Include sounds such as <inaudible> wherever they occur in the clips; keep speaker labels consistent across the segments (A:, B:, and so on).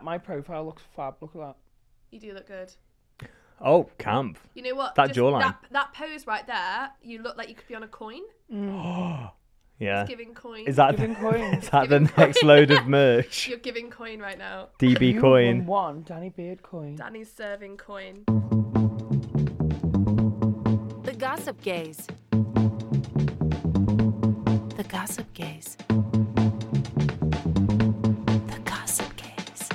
A: My profile looks fab. Look at that.
B: You do look good.
C: Oh, camp.
B: You know what?
C: That jawline.
B: That, that pose right there, you look like you could be on a coin.
C: Yeah.
B: Giving coin.
C: Is that
A: Giving
C: the,
A: coin.
C: <laughs> is that the
B: Giving
C: next
B: coin.
C: load of
B: <laughs>
C: merch?
B: You're giving coin right now.
C: DB
A: You won
C: coin.
A: One Danny Beard coin.
B: Danny's serving coin.
D: The Gossip Gaze. The Gossip Gaze. The Gossip Gaze.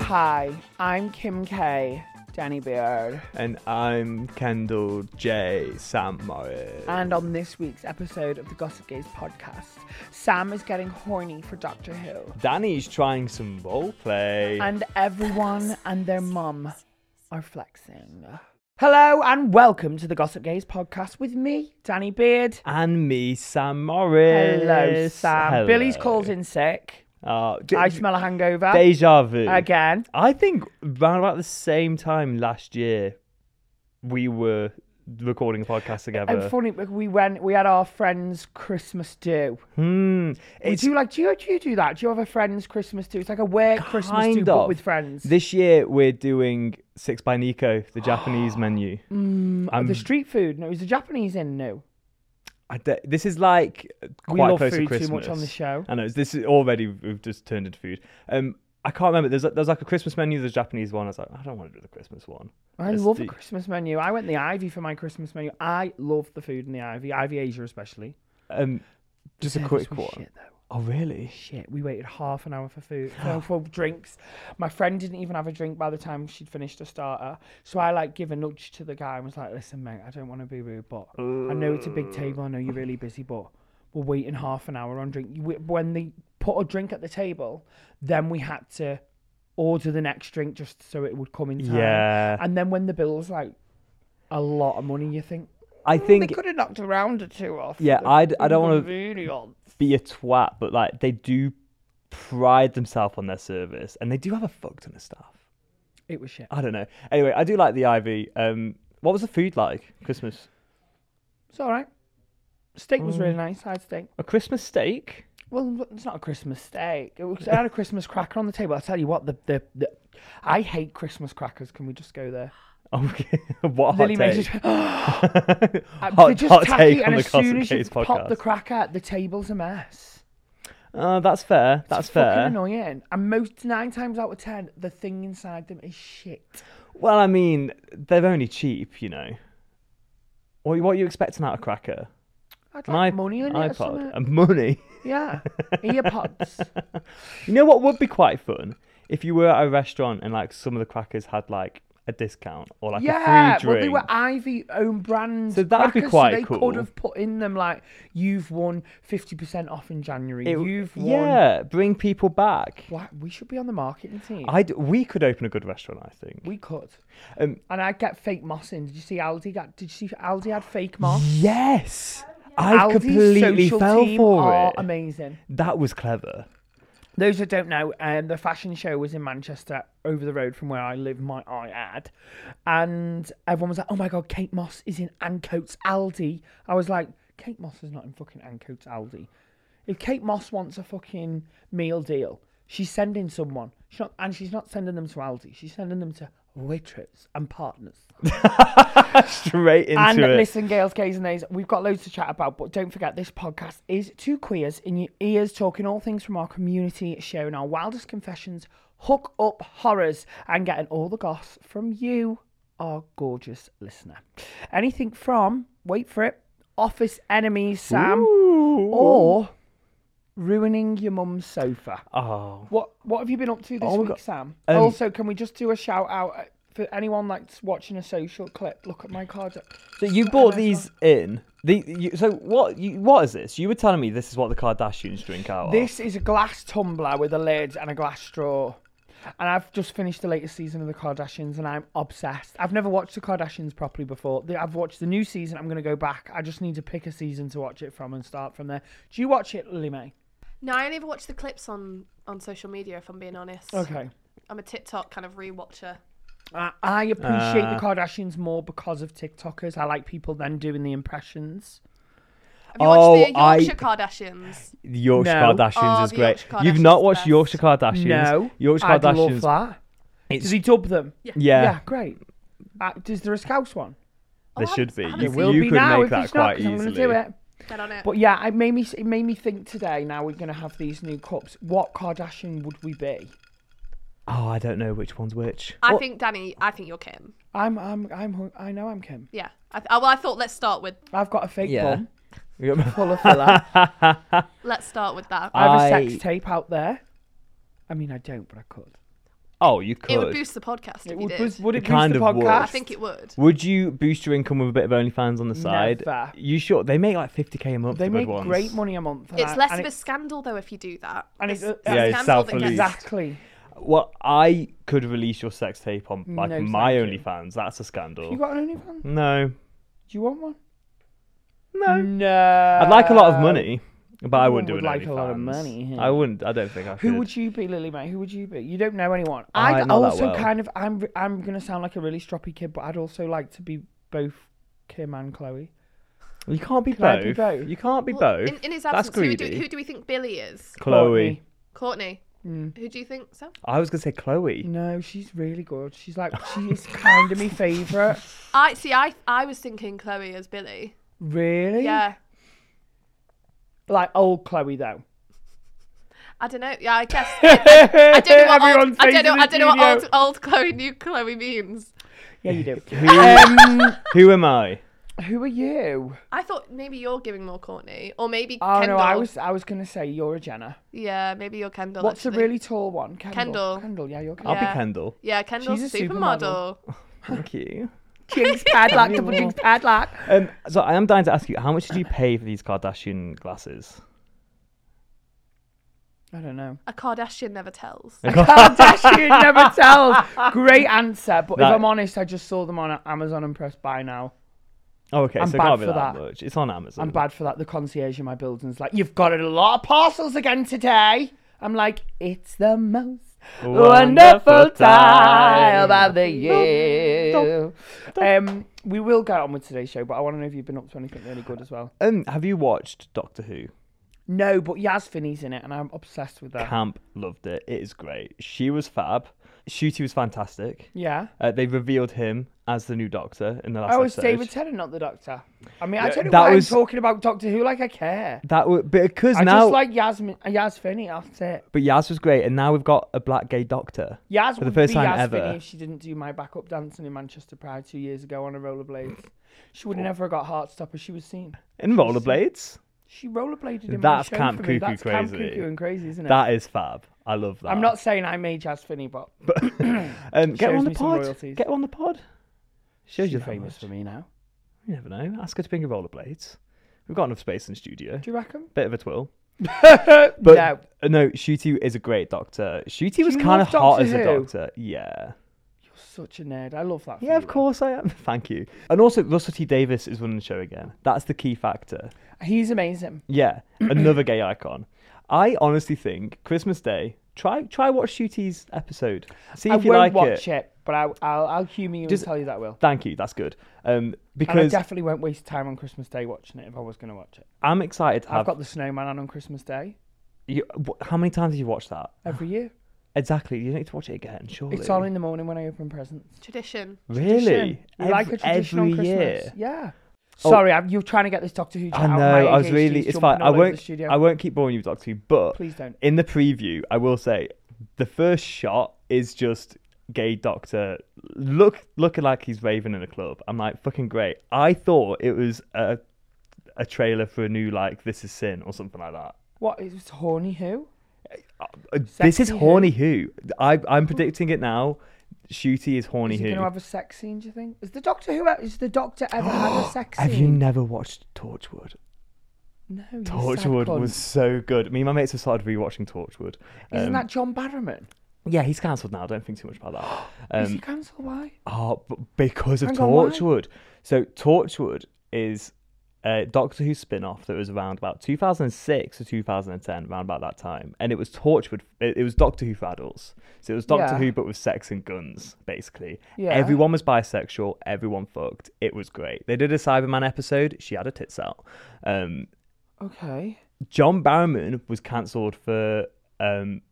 A: Hi, I'm Kim K. Danny Beard.
C: And I'm Kendall J. Sam Morris.
A: And on this week's episode of the Gossip Gaze podcast, Sam is getting horny for Doctor Who.
C: Danny's trying some role play.
A: And everyone and their mum are flexing. Hello and welcome to the Gossip Gaze podcast with me, Danny Beard.
C: And me, Sam Morris.
A: Hello, Sam.
C: Hello.
A: Billy's called in sick.
C: Oh, d-
A: I smell a hangover.
C: Deja vu.
A: Again.
C: I think around about the same time last year, we were recording a podcast
A: And
C: together.
A: funny, but we went. We had our friends' Christmas do.
C: Hmm.
A: do you like? Do you, do you do that? Do you have a friends' Christmas do? It's like a work Christmas do,
C: Kind
A: but
C: of.
A: with friends.
C: This year we're doing Six by Nico,
A: <gasps>
C: the Japanese menu.
A: Mm,
C: I'm-
A: the street food. No, is the Japanese in? No,
C: I d- this is like
A: We
C: quite
A: love
C: close to
A: food
C: Christmas.
A: too much on the show.
C: I know it's- this is already we've just turned into food. Um, I can't remember. There's there's like a Christmas menu, there's a Japanese one. I was like, I don't want to do the Christmas one.
A: I
C: Let's
A: love
C: do-
A: a Christmas menu. I went the Ivy for my Christmas menu. I love the food in the Ivy, Ivy Asia especially.
C: Um, just a
A: Service
C: quick
A: was
C: one.
A: Shit, though.
C: Oh really?
A: Shit, we waited half an hour for
C: <sighs>
A: food, no, for drinks. My friend didn't even have a drink by the time she'd finished a starter. So I like give a nudge to the guy and was like, "Listen, mate, I don't want to be rude, but I know it's a big table. I know you're really busy, but we're waiting half an hour on drink. You- we- When they put a drink at the table, then we had to order the next drink just so it would come in time.
C: Yeah.
A: And then when the bill's like a lot of money, you think
C: I
A: they
C: think
A: could have knocked a round or two off.
C: Yeah,
A: the
C: I'd- I don't wanna-
A: inconvenience."
C: be a twat, but like they do pride themselves on their service, and they do have a fuck ton of staff.
A: It was shit.
C: I don't know. Anyway, I do like the Ivy. Um, what was the food like Christmas?
A: It's all right. Steak was really nice. I had steak.
C: A Christmas steak.
A: Mm. Well, it's not a Christmas steak. It was, I
C: <laughs>
A: had a Christmas cracker on the table. I tell you what, the, the, the I hate Christmas crackers. Can we just go there?
C: Okay. Oh, <laughs> what a hot
A: Lily
C: take. <laughs>
A: made it- They're
C: hot,
A: just
C: hot
A: tacky,
C: take
A: and
C: on the
A: as soon
C: Cosmic
A: as you
C: Case
A: pop
C: podcast.
A: the cracker, the table's a mess.
C: Uh, that's fair. That's
A: It's
C: fair.
A: Fucking annoying. And most nine times out of ten, the thing inside them is shit.
C: Well, I mean, they're only cheap, you know. What, what are you expecting out of cracker?
A: I'd
C: An
A: like
C: iP-
A: money in it. or
C: iPod. Um,
A: something.
C: And money. <laughs>
A: Yeah, earpods.
C: You know what would be quite fun if you were at a restaurant and like some of the crackers had like a discount or like
A: yeah,
C: a free drink.
A: well, they were Ivy own brand.
C: So that'd be
A: crackers,
C: quite
A: so they
C: cool.
A: could have put in them like, "You've won fifty percent off in January.
C: It-
A: You've won."
C: yeah, bring people back.
A: Why- we should be on the marketing team.
C: I we could open a good restaurant, I think.
A: we could.
C: Um,
A: And I'd get fake moss in. Did you see Aldi got? Did you see Aldi had fake moss?
C: yes, I
A: Aldi's
C: completely
A: social
C: fell
A: team
C: for
A: are
C: it.
A: Amazing.
C: That was clever. <laughs>
A: Those who don't know, um, the fashion show was in Manchester, over the road from where I live, might I add. And everyone was like, oh my God, Kate Moss is in Ancoats Aldi. I was like, Kate Moss is not in fucking Ancoats Aldi. If Kate Moss wants a fucking meal deal, she's sending someone. She's not, and she's not sending them to Aldi. She's sending them to waitress and partners.
C: Straight into
A: and
C: it.
A: listen, girls, gays, and A's, we've got loads to chat about, but don't forget this podcast is two queers in your ears, talking all things from our community, sharing our wildest confessions, hook up horrors, and getting all the goss from you, our gorgeous listener. Anything from, wait for it, office enemies, Sam, or ruining your mum's sofa.
C: oh,
A: What What have you been up to this
C: Oh my
A: week,
C: God.
A: Sam?
C: Um,
A: also, can we just do a shout out uh, for anyone that's watching a social clip? Look at my card.
C: so you bought these in. The, you, so what? You, what is this? You were telling me this is what the Kardashians drink out of.
A: This is a glass tumbler with a lid and a glass straw. And I've just finished the latest season of The Kardashians and I'm obsessed. I've never watched The Kardashians properly before. The- I've watched the new season. I'm going to go back. I just need to pick a season to watch it from and start from there. Do you watch it, Lily May?
B: No, I only ever watch the clips on on social media. If I'm being honest,
A: Okay.
B: I'm a TikTok kind of rewatcher.
A: I, I appreciate
C: Uh.
A: The Kardashians more because of TikTokers. I like people then doing the impressions.
B: Have you watched the
C: Oh, I-
B: Yorkshire Kardashians?
C: The Yorkshire
A: No.
C: Kardashians
B: Oh,
C: is
B: the
C: great.
B: Yorkshire
C: You've
B: Kardashians
C: not
B: is
C: watched
B: best.
C: Yorkshire Kardashians.
A: No.
C: Yorkshire
A: I'd love
C: Kardashians.
A: that.
C: It's,
A: Does he dub them?
C: yeah,
A: great. Uh, is there a Scouse one?
C: there
B: Oh, I
C: should be.
B: haven't
C: You,
B: seen
A: Will
C: you
A: be
C: could
A: now
C: make
A: if
C: that
A: it's not,
C: quite
A: 'cause I'm
C: easily.
A: going to do it.
B: Get on it.
A: But yeah, it made me. It made me think today. Now we're going to have these new cups. What Kardashian would we be?
C: Oh, I don't know which
A: <laughs>
C: one's which. <laughs>
B: I
C: Well,
B: think Danny. I think you're Kim.
A: I'm. I'm. I'm. hung- I know I'm Kim.
B: Yeah. I th- oh, well, I thought let's start with
A: I've got a fake
C: Yeah.
A: bum
C: you got-
A: full of
C: <laughs>
A: filler.
B: let's start with that.
A: I have a
C: I-
A: sex tape out there. I mean, I don't, but I could.
C: oh, you could.
B: It would boost the podcast if
A: It
B: you
A: would,
B: did.
A: boost- would it
C: It
A: boost
C: kind
A: the
C: of would.
B: I
A: podcast?
B: think it would.
C: Would you boost your income with a bit of OnlyFans on the side?
A: Never.
C: You sure? They make like 50k a month.
A: they
C: the good
A: make
C: ones.
A: great money a month. and
B: It's
A: I-
B: less
A: and
B: of a
A: it-
B: scandal though if you do that.
A: and it- uh,
B: It's a
C: Yeah, it's
B: scandal that
C: self-released.
B: gets-
A: exactly.
C: Well, I could release your sex tape on like
A: No,
C: my
A: thank you.
C: OnlyFans. That's a scandal.
A: You got an OnlyFans? Do
C: No,
A: you want one?
C: no.
A: No.
C: I'd like a lot of money, but I wouldn't do
A: Mm, would
C: an
A: like
C: OnlyFans.
A: a lot of money, huh?
C: I wouldn't. I don't think I could.
A: Who would you be, Lily May? Who would you be? You don't know anyone.
C: I
A: I'd
C: know that
A: also
C: well.
A: kind of. I'm. I'm gonna sound like a really stroppy kid, but I'd also like to be both Kim and Chloe.
C: You can't be
A: Can I
C: both.
A: be both?
C: You can't be
B: Well,
C: both.
B: In, in his
C: That's
B: absence, who do,
C: greedy.
B: who do we think Billy is?
C: Chloe.
B: Courtney.
A: Hmm.
B: Who do you think? So
C: I was gonna say Chloe.
A: No, she's really good. She's like
C: <laughs>
A: she's kind of my favorite.
B: I see. I I was thinking Chloe as Billy.
A: Really?
B: Yeah.
A: Like old Chloe though.
B: I don't know. Yeah,
A: <laughs>
B: I guess. I, I don't know what, old,
A: Everyone's
B: I don't
A: face
B: know,
A: in the
B: I don't know what old,
A: studio.
B: old Chloe, new Chloe means.
A: Yeah, you
C: <laughs>
A: do. Um,
C: Who, who am I?
A: Who are you?
B: I thought maybe you're giving more Courtney, or maybe
A: Oh
B: Kendall.
A: no, I was I was gonna say you're a Jenna.
B: Yeah, maybe you're Kendall.
A: What's a
B: actually.
A: really tall one? Kendall.
B: Kendall.
A: Kendall. Yeah, you're Kendall.
C: I'll
B: Yeah.
C: be Kendall.
B: Yeah, Kendall's
A: She's a
B: supermodel.
C: Thank you.
A: Jinx padlock. Double
C: <laughs>
A: jinx padlock.
C: Um, so I am dying to ask you, how much did you pay for these Kardashian glasses?
A: I don't know.
B: A Kardashian never
C: <laughs>
B: tells.
A: Kardashian never tells. Great answer, but
C: That-
A: if I'm honest, I just saw them on Amazon and press buy now.
C: Oh, okay,
A: I'm
C: so it
A: bad
C: can't be
A: for
C: that,
A: that.
C: much. It's on Amazon.
A: I'm bad for that. The concierge in my building's like, "You've got a lot of parcels again today." I'm like, "It's the most wonderful time of the year." Um, we will get on with today's show, but I want to know if you've been up to anything really good as well.
C: Um, have you watched Doctor Who?
A: No, but Yaz Finney's in it, and I'm obsessed with that.
C: Camp loved it. It is great. She was fab. Shooty was fantastic.
A: Yeah.
C: Uh, they revealed him as the new Doctor in the last
A: Oh, it's
C: episode.
A: David Tennant, not the Doctor. I mean, I
C: Yeah,
A: don't know
C: that
A: why
C: was-
A: I'm talking about Doctor Who like I care.
C: That would because
A: I
C: now,
A: just like Yasmin, Yas Finney. That's it.
C: but Yaz was great, and now we've got a black gay Doctor.
A: Yas
C: For the
A: would
C: first
A: be
C: time
A: Yas
C: ever.
A: Finney if she didn't do my backup dancing in Manchester Pride two years ago on a rollerblades. She would have never got Heartstopper. She was seen.
C: In rollerblades,
A: She rollerbladed in
C: That's
A: my show
C: camp
A: for me.
C: cuckoo
A: That's camp
C: crazy.
A: cuckoo and crazy, isn't it?
C: that is fab. I love that.
A: I'm not saying I made Yas Finney, but
C: Um, get her
A: Shows
C: on the
A: me some
C: pod.
A: royalties.
C: Get her on the pod. Shows
A: she's
C: you
A: famous for
C: me.
A: me now.
C: You never know. Ask her to bring her rollerblades. We've got enough space in the studio.
A: Do you reckon?
C: Bit of
A: <laughs>
C: a twill.
A: but
C: But
A: no.
C: uh, no, Shooty is a great doctor. Shooty was
A: you
C: kind of
A: love
C: hot
A: Doctor
C: as a
A: Who?
C: doctor. Yeah.
A: Such a nerd. I love that. for
C: Yeah,
A: you,
C: of
A: though.
C: course I am. <laughs> Thank you. And also, Russell T Davis is running the show again. That's the key factor.
A: He's amazing.
C: Yeah,
A: <clears throat>
C: another gay icon. I honestly think Christmas Day. Try try watch Shooty's episode. See
A: I
C: if you
A: won't
C: like
A: watch it.
C: it.
A: but I, I'll, I'll humour you
C: Just-
A: and tell you that I will.
C: Thank you. That's good. Um,
A: And I
C: because
A: definitely won't waste time on Christmas Day watching it if I was going to watch it.
C: I'm excited to
A: I've
C: have.
A: got the snowman on on Christmas Day
C: you, wh- how many times have you watched that?
A: every year.
C: Exactly. You need to watch it again, surely.
A: It's on in the morning when I open presents.
B: Tradition.
C: Really?
A: You like a
C: Ev-
A: tradition on
C: every
A: Christmas.
C: year.
A: Yeah.
C: Oh.
A: Sorry, I'm, you're trying to get this Doctor Who. chat
C: I
A: out.
C: know.
A: My
C: I was
A: ADHD 's
C: really. It's
A: jumping
C: fine.
A: all
C: I
A: over The
C: won't.
A: studio.
C: I won't keep boring you with Doctor Who, but
A: Please don't.
C: in the preview, I will say the first shot is just gay doctor look looking like he's raving in a club. I'm like fucking great. I thought it was a a trailer for a new like this is sin or something like that.
A: What is horny? Who?
C: Uh, This is
A: Sexy Who?
C: horny who. I I'm predicting it now. Shooty is horny
A: Is he
C: who.
A: going to have a sex scene? Do you think? Is the Doctor Who? Is the Doctor ever
C: <gasps>
A: had a sex scene?
C: Have you never watched Torchwood?
A: No. you sad
C: Torchwood
A: cunt.
C: was so good. Me and my mates have started rewatching Torchwood.
A: Isn't
C: Um,
A: that John Barrowman?
C: Yeah, he's cancelled now. Don't think too much about
A: <gasps>
C: that.
A: is he
C: Um,
A: cancelled? Why?
C: <gasps> oh, but because of
A: Hang on, why?
C: Torchwood. So Torchwood is a Doctor Who spin-off that was around about 2006 to 2010, around about that time, and it was Torchwood. It, it was Doctor Who for adults. So it was Doctor
A: Yeah.
C: Who, but with sex and guns, basically.
A: Yeah.
C: Everyone was bisexual. Everyone fucked. It was great. They did a Cyberman episode. She had a tits out. Um,
A: Okay.
C: John Barrowman was cancelled for. Um,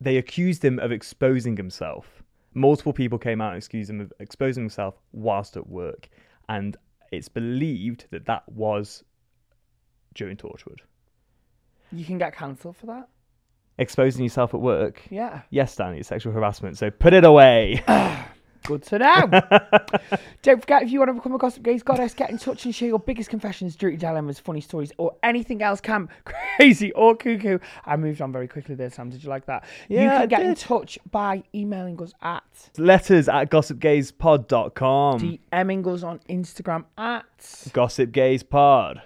C: they accused him of exposing himself. Multiple people came out and accused him of exposing himself whilst at work, and it's believed that that was during Torchwood.
A: You can get cancelled for that.
C: Exposing yourself at work.
A: Yeah.
C: Yes, Danny, it's sexual harassment. So put it away. <laughs>
A: Good to know. Don't forget, if you want to become a Gossip Gaze goddess, get in touch and share your biggest confessions, dirty dilemmas, funny stories, or anything else camp, <laughs> crazy or cuckoo. I moved on very quickly there, Sam. Did you like that? you
C: Yeah,
A: can
C: I
A: get in
C: did.
A: touch by emailing us at
C: Letters at gossipgazepod.com.
A: DMing us on Instagram at,
C: Gossip Gaze Pod.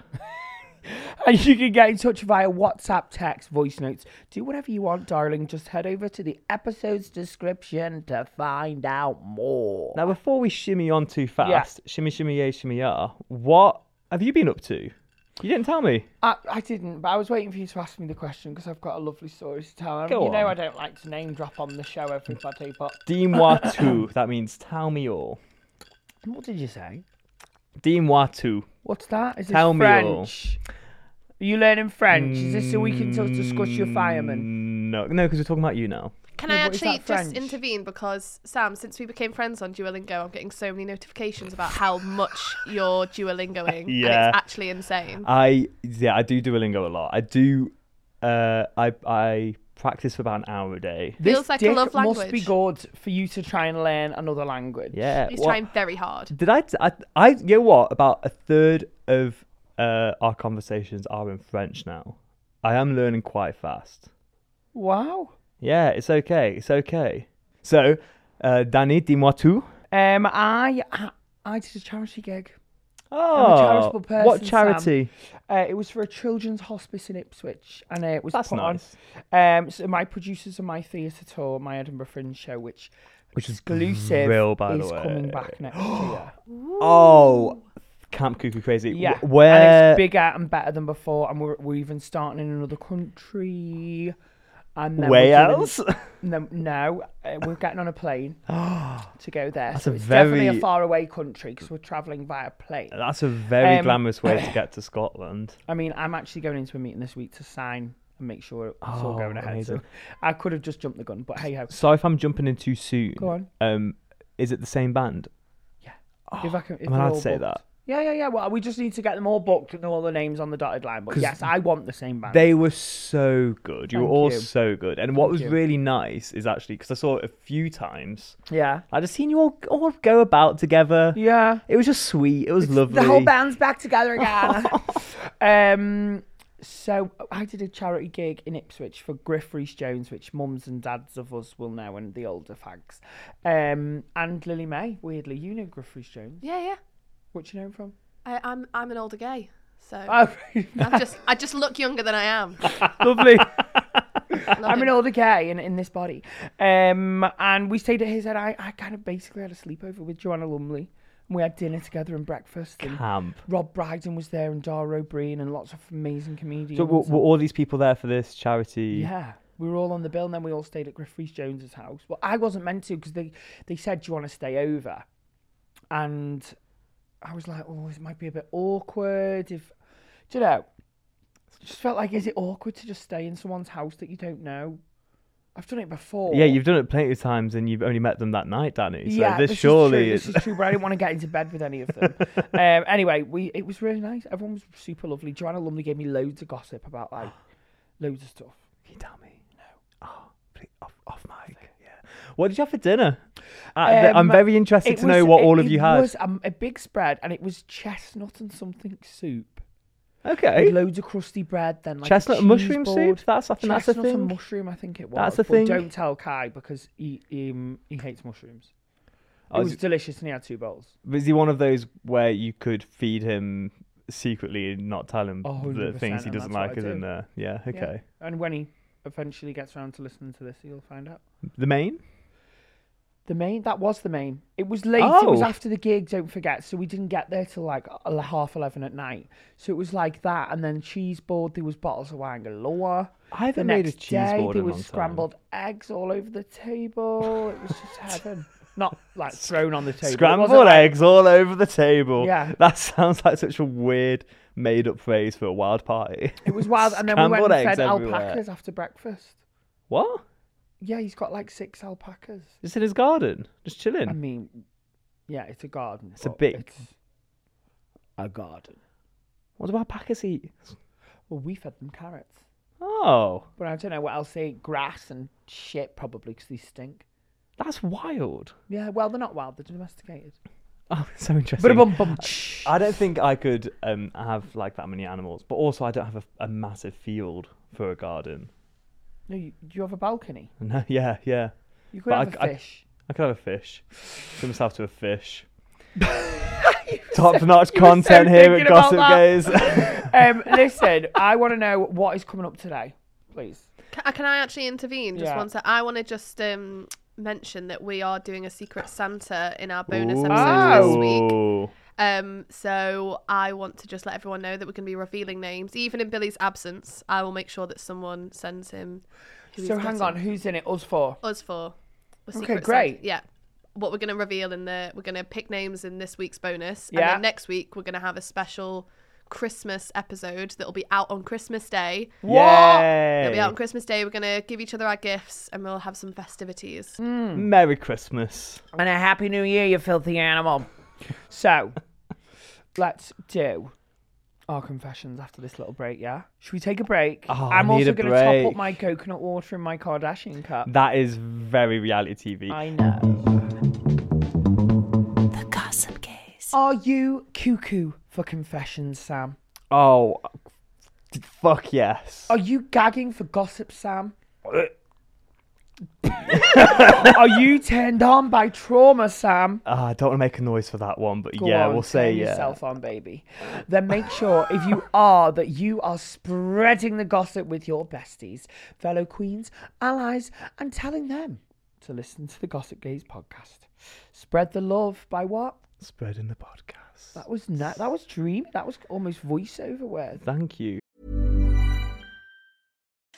A: and <laughs> you can get in touch via WhatsApp, text, voice notes. Do whatever you want, darling. Just head over to the episode's description to find out more.
C: Now, before we shimmy on too fast, shimmy, shimmy, yay, shimmy, ah, what have you been up to? You didn't tell me.
A: I, I didn't, but I was waiting for you to ask me the question because I've got a lovely story to tell. And
C: Go
A: you know
C: on.
A: I don't like to name drop on the show everybody, but
C: Dis-moi
A: <coughs>
C: tout. That means tell me all.
A: what did you say?
C: Dis-moi tout.
A: What's that? Is this
C: Tell me all.
A: French? Are you learning French? Is this so we can sort of discuss your
C: Mm.
A: fireman?
C: No, no, because we're talking about you now.
B: Can
A: No,
B: I
A: but is that
B: actually just
A: French?
B: intervene because Sam, since we became friends on Duolingo, I'm getting so many notifications about how much you're Duolingoing, and
C: Yeah.
B: it's actually insane.
A: Uh,
C: I yeah, I do Duolingo a lot. I do. Uh, I I practice for about an hour a day.
A: This
B: Feels like a
A: dick
B: love
A: must be good for you to try and learn another language.
C: Yeah.
B: He's
C: what-
B: trying very hard.
C: Did I, t- I? I. You know what? About a third of uh, our conversations are in French now. I am learning quite fast.
A: Wow.
C: Yeah, it's okay. It's okay. So, uh, Danny, dis-moi tout.
A: Um, I, I I did a charity gig.
C: Oh,
A: charitable person,
C: what
A: Sam.
C: charity?
A: Uh, it was for a children's hospice in Ipswich, and uh, it was
C: That's
A: put
C: nice.
A: on. Um, so my producers and my theatre tour, my Edinburgh Fringe show, which
C: Which is
A: exclusive,
C: real, by the
A: is coming
C: way. <gasps>
A: back next year.
C: Oh, Camp Cuckoo Crazy. Wh-
A: Yeah, and
C: Where?
A: it's bigger and better than before, and we're, we're even starting in another country. And then we're doing- <laughs>
C: Wales.
A: No, no, uh, we're getting on a
C: <gasps>
A: plane to go there.
C: That's
A: so
C: a
A: it's definitely a
C: very-
A: faraway country because we're travelling via plane.
C: That's a very
A: Um,
C: glamorous way
A: <coughs>
C: to get to Scotland.
A: I mean, I'm actually going into a meeting this week to sign and make sure it's all
C: Oh,
A: going ahead. So
C: amazing.
A: I could have just jumped the gun, but hey ho.
C: Sorry if I'm jumping in too soon.
A: Go on.
C: Um, is it the same band?
A: if I can, if
C: I'm
A: they're
C: allowed
A: all
C: to say
A: booked.
C: that.
A: Yeah, yeah, yeah. Well, we just need to get them all booked and all the names on the dotted line. But
C: 'Cause
A: yes, I want the same band.
C: They were so good. You were
A: Thank
C: all
A: you.
C: so good. And what was
A: you.
C: really nice is actually because I saw it a few times.
A: yeah,
C: I just seen you all all go about together.
A: yeah.
C: It was just sweet. It was lovely.
A: The whole band's back together again. <laughs> um, so I did a charity gig in Ipswich for Griff Rhys Jones, which mums and dads of us will know, and the older fags. Um, and Lily May. Weirdly, you know Griff Rhys Jones.
B: Yeah, yeah.
A: What you know him from?
B: I, I'm I'm an older gay, so
A: Oh,
B: <laughs>
A: <laughs>
B: I just I just look younger than I <laughs> am.
C: Lovely.
A: I'm an older guy in, in this body. Um, and we stayed at his and I, I kind of basically had a sleepover with Joanna Lumley. And we had dinner together and breakfast. And
C: Camp.
A: Rob Brydon was there and Dara O'Brien and lots of amazing comedians.
C: So were, were all these people there for this charity?
A: yeah. We were all on the bill and then we all stayed at Griffiths Jones's house. Well, I wasn't meant to because they, they said, Do you want to stay over? And I was like, Oh, it might be a bit awkward if, do you know? Just felt like, is it awkward to just stay in someone's house that you don't know? I've done it before.
C: Yeah, you've done it plenty of times, and you've only met them that night, Danny. So
A: yeah,
C: this,
A: this
C: surely <laughs>
A: is true. this is true, but I didn't want to get into bed with any of them. um, anyway, we it was really nice. Everyone was super lovely. Joanna Lumley gave me loads of gossip about like loads of stuff.
C: Can you tell me? No. Oh, please, off, off mic. Yeah. What did you have for dinner? I, th-
A: Um,
C: I'm very interested
A: It
C: to
A: was-
C: know what
A: it-
C: all of
A: it
C: you had.
A: was um, a big spread, and it was chestnut and something soup.
C: okay.
A: With loads of crusty bread, then like a
C: Eh? Chestnut and mushroom
A: cheese
C: soup.
A: board.
C: That's I think that's a
A: Chestnut and
C: thing.
A: mushroom, I think it was.
C: That's a
A: but
C: thing.
A: Don't tell Kai because he he, um, he hates mushrooms. It
C: Oh,
A: was
C: is-
A: delicious, and he had two bowls.
C: Was he one of those where you could feed him secretly and not tell him
A: A hundred
C: the
A: percent,
C: things he
A: and
C: doesn't
A: that's what
C: like
A: I
C: is in
A: do.
C: there? Yeah.
A: Yeah.
C: Okay.
A: And when he eventually gets around to listening to this, he'll find out.
C: The main.
A: The main that was the main. It was late. It was
C: Oh.
A: after the gig. Don't forget. So we didn't get there till like ele- half eleven at night. So it was like that, and then cheese board. There was bottles of wine galore.
C: I
A: The
C: haven't made a
A: next
C: cheese
A: day,
C: board
A: there
C: in a long
A: was
C: time.
A: scrambled eggs all over the table. It was
C: <laughs>
A: just heaven. Not like thrown on the table. It wasn't
C: Scrambled
A: like-
C: eggs all over the table.
A: Yeah.
C: That <laughs> sounds like such a weird made up phrase for a wild party.
A: It was wild. And then we went
C: Scrambled
A: and
C: eggs
A: fed
C: everywhere.
A: alpacas after breakfast.
C: What?
A: Yeah, he's got like six alpacas.
C: Just in his garden, just chilling.
A: I mean, yeah, it's a garden.
C: It's a
A: but
C: big-
A: it's a garden.
C: what do alpacas eat?
A: Well, we fed them carrots.
C: Oh,
A: But I don't know what else they eat. Grass and shit, probably, because they stink.
C: that's wild. <laughs>
A: Yeah, well, they're not wild. They're domesticated.
C: Oh, it's so interesting.
A: Ba-da-bum-bum.
C: I don't think I could um, have like that many animals, but also I don't have a, a massive field for a garden. <laughs>
A: No, you, you have a balcony.
C: No, yeah, yeah.
A: You could
C: But
A: have a
C: I- I-
A: fish.
C: I could have a fish. Give myself to
A: <laughs>
C: a fish. Top notch content here at
A: thinking about
C: Gossip
A: that.
C: Gaze. <laughs>
A: um, listen, I want to know what is coming up today, please.
B: Can, uh, can I actually intervene? Just
A: Yeah.
B: one sec. I want to just um, mention that we are doing a Secret Santa in our bonus episode
A: Oh.
B: this week.
C: Ooh.
B: Um, so I want to just let everyone know that we're going to be revealing names, even in Billy's absence. I will make sure that someone sends him. who he's
A: So hang
B: getting.
A: on, who's in it? Us four.
B: Us four. We're
A: Okay,
B: Secret Santa.
A: great.
B: Yeah. What we're going to reveal in the we're going to pick names in this week's bonus, and
A: Yeah.
B: then next week we're going to have a special Christmas episode that'll be out on Christmas Day. It'll be
C: Yay.
B: out on Christmas Day. We're gonna give each other our gifts and we'll have some festivities.
A: Mm. Hmm.
C: Merry Christmas.
A: And a happy new year, you filthy animal. So, let's do our confessions after this little break, yeah? Should we take a break?
C: Oh, I
A: I'm
C: need
A: also
C: a
A: going to top up
C: break.
A: my coconut water in my Kardashian cup.
C: That is very reality TV.
A: I know.
D: The Gossip Gaze.
A: Are you cuckoo for confessions, Sam?
C: Oh, d- fuck yes.
A: Are you gagging for gossip,
C: <laughs>
A: Sam? Are you turned on by trauma, Sam?
C: Ah, I don't want to make a noise for that one, but
A: Go
C: yeah,
A: on,
C: we'll say
A: turn
C: yeah.
A: yourself on, baby. Then make sure if you are that you are spreading the gossip with your besties, fellow queens, allies, and telling them to listen to the Gossip Gaze podcast. Spread the love by what?
C: Spreading the podcast.
A: That was na- that was dreamy. That was almost voiceover words.
C: Thank you.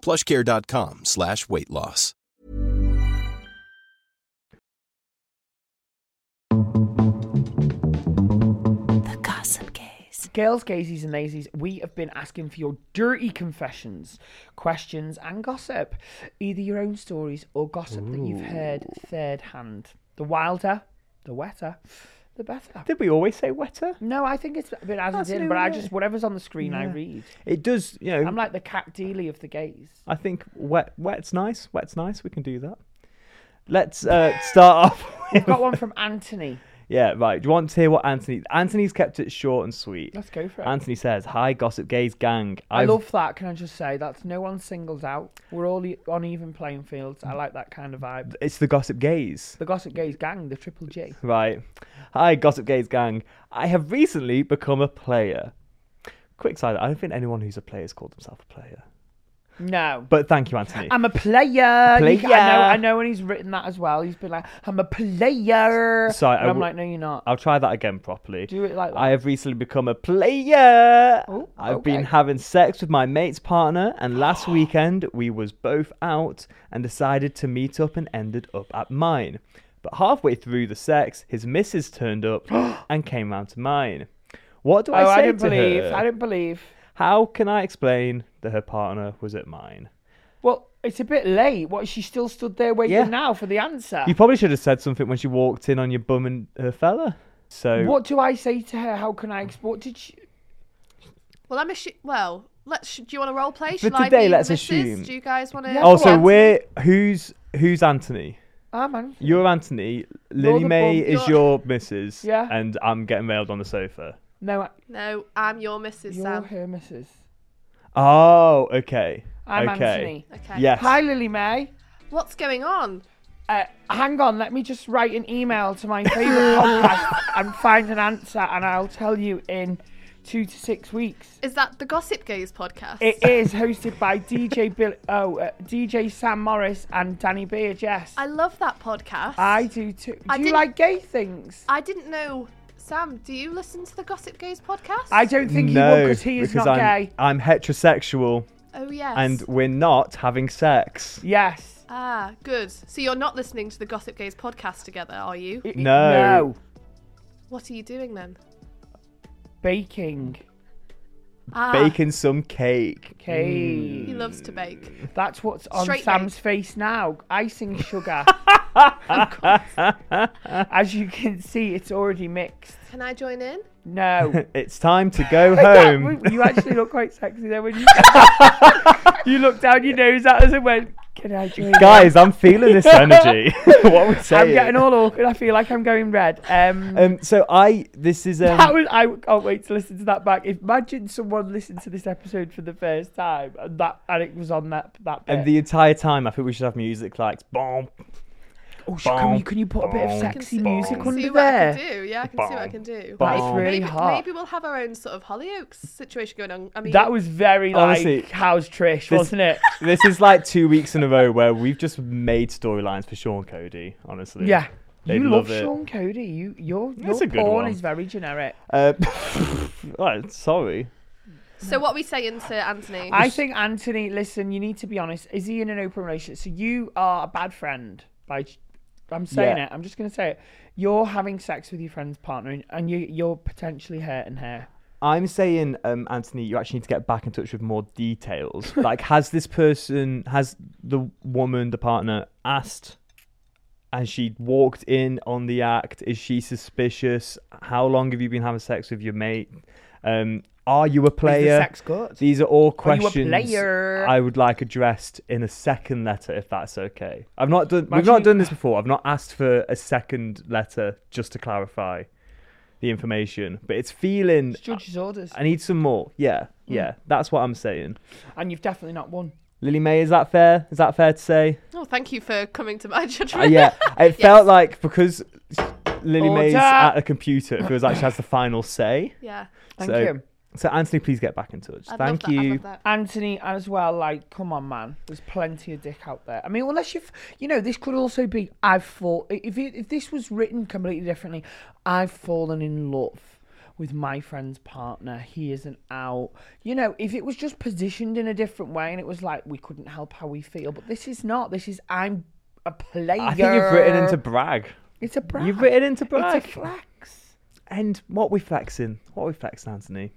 E: Plushcare.com slash weight loss.
D: The Gossip Gaze.
A: Girls, gazies, and lazies, we have been asking for your dirty confessions, questions, and gossip. Either your own stories or gossip that you've heard third hand. The wilder, the wetter, the better.
C: Did we always say wetter?
A: No, I think it's been added
C: That's
A: in,
C: new,
A: but I
C: yeah.
A: just, whatever's on the screen, I read.
C: It does, you know.
A: I'm like the cat dealy of the gays.
C: <laughs> I think wet, wet's nice. Wet's nice. We can do that. Let's uh, start off. <laughs> With,
A: I've got one from Anthony.
C: yeah, right. Do you want to hear what Anthony? Anthony's kept it short and sweet.
A: Let's go for it.
C: Anthony says, "Hi, Gossip Gays gang.
A: I
C: I've-
A: love that. Can I just say that's no one singles out. We're all e- on even playing fields. I like that kind of vibe.
C: It's the Gossip Gays.
A: The Gossip Gays gang, the Triple G.
C: Right. Hi, Gossip Gaze gang. I have recently become a player. Quick side, I don't think anyone who's a player has called themselves a player.
A: No,
C: But thank you, Anthony.
A: I'm a player. You ca- I know.
C: Player.
A: I know when he's written that as well. He's been like, I'm a player.
C: Sorry, I
A: and I'm
C: w-
A: like, no, you're not.
C: I'll try that again properly.
A: Do it like that.
C: I have recently become a player.
A: Oh,
C: I've
A: okay.
C: been having sex with my mate's partner,
A: <gasps>
C: and last weekend we was both out and decided to meet up and ended up at mine. But halfway through the sex, his missus
A: <gasps>
C: turned up and came round to mine. What do I
A: oh,
C: say
A: I didn't
C: to
A: believe.
C: her?
A: I didn't believe.
C: How can I explain that her partner was at mine?
A: Well, it's a bit late. What? She still stood there waiting
C: Yeah.
A: now for the answer.
C: You probably should have said something when she walked in on your bum and her fella. So
A: what do I say to her? How can I export? Did she?
B: Well, I'm assu- well. Let's. Do you want to role play?
C: For
B: Shall I be
C: today, let's
B: Mrs.?
C: assume.
B: Do you guys want to?
A: Yeah,
C: Oh,
A: go
C: so
A: on.
C: we're who's who's Anthony?
A: Ah man.
C: You're Anthony. Lily
A: the
C: May
A: bum.
B: You're-
C: is your missus.
A: Yeah.
C: And I'm getting railed on the sofa.
A: No, I-
B: No, I'm your Mrs.
A: you're
B: Sam.
A: her, Mrs.
C: Oh, okay.
A: I'm
C: okay.
A: Anthony.
B: Okay.
C: Yes.
A: Hi, Lily May.
B: What's going on?
A: uh, hang on, let me just write an email to my favourite <laughs> podcast and find an answer, and I'll tell you in two to six weeks.
B: Is that the Gossip Gaze podcast?
A: It is hosted by DJ Bill, oh, uh, DJ Sam Morris and Danny Beer Jess.
B: I
A: I,
B: love that podcast.
A: do too. Do
B: I
A: you
B: didn't-
A: like gay things?
B: I didn't know. Sam, do you listen to the Gossip Gaze podcast?
A: I don't think
C: no,
A: he would because he is
C: because
A: not
C: I'm,
A: gay.
C: I'm heterosexual
B: Oh yes.
C: and we're not having sex.
A: Yes.
B: ah, good. So you're not listening to the Gossip Gaze podcast together, are you?
A: I- I-
C: No.
A: No.
B: What are you doing then?
A: Baking.
B: Ah,
C: Baking some cake. <laughs>
A: Okay.
B: He loves to bake.
C: Mm.
A: That's what's on
B: Straight
A: Sam's face now. Icing
C: <laughs>
A: sugar. <laughs> As you can see, it's already mixed.
B: Can I join in?
A: No.
C: It's time to go
A: That
C: home. <laughs>
A: was- you actually look quite sexy there when you you <laughs> looked down your nose at us and went, "Can I join?" you?"
C: Guys, I'm
A: <laughs>
C: feeling this energy. <laughs> what are we saying?
A: I'm getting all awkward. I feel like I'm going red.
C: <laughs>
A: Um,
C: Um, so I, this is um,
A: that was, I can't wait to listen to that back. Imagine someone listened to this episode for the first time and that and it was on that that bit.
C: and um, the entire time I think we should have music like bomb.
A: oh, sh- can, you,
C: Bong,
A: can you put a bit of
C: bong,
B: I can
A: sexy
B: see- I
A: music
B: can see
A: under
B: what I
A: there?
B: can do. Yeah, I can see what I can do.
C: Bong.
A: That's really
B: maybe,
A: hot.
B: maybe we'll have our own sort of Hollyoaks situation going on. I mean,
A: That was very like
C: Honestly,
A: how's Trish,
C: this-
A: wasn't
C: <laughs>
A: it?
C: This is like two weeks in a row where we've just made storylines for Sean Cody. Honestly,
A: Yeah.
C: They'd
A: you
C: love
A: love
C: it.
A: Sean Cody. You your, your
C: That's a good
A: porn
C: one.
A: is very generic.
C: Uh, <laughs> right, sorry.
B: so what are we saying to Anthony?
A: I think Anthony, listen, you need to be honest. Is he in an open relationship? So you are a bad friend. Like I'm saying
C: Yeah.
A: it. I'm just gonna say it. You're having sex with your friend's partner, and- and you you're potentially hurting her.
C: I'm saying, um, Anthony, you actually need to get back in touch with more
A: <laughs>
C: details. like, has this person, has the woman, the partner, asked? And she walked in on the act. Is she suspicious? How long have you been having sex with your mate? Um, are you a player?
A: sex good?
C: These are all
A: Are you a
C: questions
A: player?
C: I would like addressed in a second letter, if that's okay. I've not done.
A: Imagine
C: we've not
A: you-
C: done this before. I've not asked for a second letter just to clarify the information. But it's feeling.
A: It's Mm. judge's orders,
C: I need some more. Yeah, yeah. That's what I'm saying.
A: and you've definitely not won.
C: Lily May, is that fair? Is that fair to say?
B: Oh, thank you for coming to my <laughs>
A: <laughs>
C: Uh,
B: judgment.
C: yeah. It felt like because Lily Mays
A: Order.
C: at a computer feels like she has the final say.
B: Yeah.
A: Thank
C: so,
A: you.
C: So Anthony, please get back in touch.
B: I'd
C: Thank
B: love That. I'd
C: you.
B: love that.
A: Anthony as well. Like, come on, man. There's plenty of dick out there. I mean, unless you've, you know, this could also be I've fall. If it, if this was written completely differently, I've fallen in love with my friend's partner. He isn't out. You know, if it was just positioned in a different way and it was like we couldn't help how we feel, but this is not. This is I'm a player.
C: I think you've written into brag.
A: It's a brag.
C: You've written into brag.
A: It's a flex.
C: And what we flexing? What we flexing, Anthony?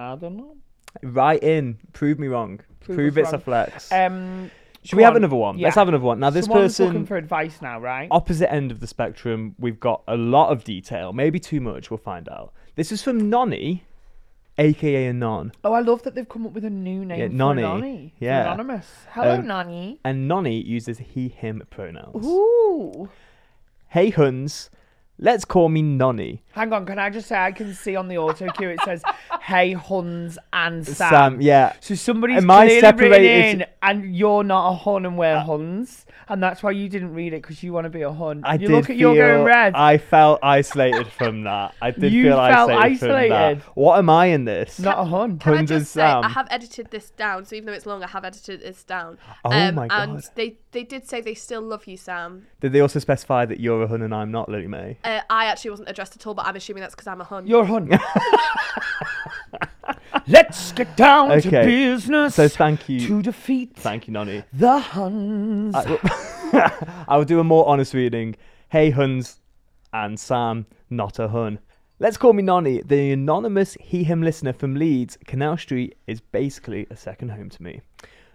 A: I don't know.
C: Right in. Prove me wrong. Prove,
A: Prove us
C: it's a
A: wrong.
C: flex.
A: Um,
C: Should
A: go
C: we have
A: on.
C: another one?
A: Yeah.
C: Let's have another one. Now this
A: Someone's
C: person
A: looking for advice now, right?
C: opposite end of the spectrum, we've got a lot of detail, maybe too much, we'll find out. This is from Nonny, aka Anon.
A: Oh, I love that they've come up with a new name
C: Yeah,
A: for
C: Nonny.
A: Nonny. For
C: Yeah.
A: Anonymous. Hello,
C: Um,
A: Nonny.
C: And Nonny uses he him pronouns.
A: Ooh.
C: Hey Huns, let's call me Nonny.
A: Hang on, can I just say I can see on the auto cue it says, <laughs> "Hey Huns and Sam."
C: Sam, yeah.
A: So somebody's
C: Am I
A: clearly written
C: separated?
A: in, and you're not a Hun, and we're Huns, and that's why you didn't read it because you want to be a Hun.
C: I
A: you
C: did
A: look at
C: feel
A: you're going red.
C: I felt isolated from that. I did
A: You
C: feel
A: felt
C: isolated, from
A: isolated.
C: that. What am I in this?
A: not a Hun.
B: Can I
C: Huns and
B: just say I
C: Sam.
B: have edited this down, so even though it's long, I have edited this down. Um,
C: Oh my
B: And
C: God.
B: they they did say they still love you, Sam.
C: Did they also specify that you're a hun and I'm not, Lily May?
B: Uh, I actually wasn't addressed at all, but I'm assuming that's because I'm a hun.
A: You're a
C: <laughs>
A: Hun. Let's get down to
C: Okay.
A: business.
C: So thank you.
A: to defeat
C: Thank you, Nonny.
A: the Huns.
C: I, <laughs> I will do a more honest reading. Hey, Huns and Sam, not a Hun. Let's call me Nonny. The anonymous he him listener from Leeds, Canal Street is basically a second home to me.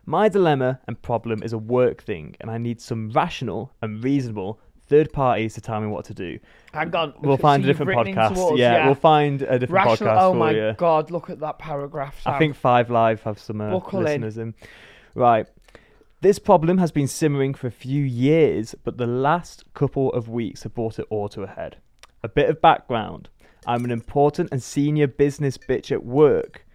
C: My dilemma and problem is a work thing, and I need some rational and reasonable third parties to tell me what to do.
A: Hang on.
C: We'll
A: okay,
C: find
A: so
C: a
A: you've
C: different
A: written
C: podcast.
A: into us,
C: yeah, we'll find a different
A: Rational.
C: podcast
A: Oh
C: for
A: my
C: you.
A: god! Look at that paragraph. Sam.
C: I think Five Live have some uh,
A: Buckle in.
C: listeners in. Right. This problem has been simmering for a few years, but the last couple of weeks have brought it all to a head. A bit of background I'm an important and senior business bitch at work.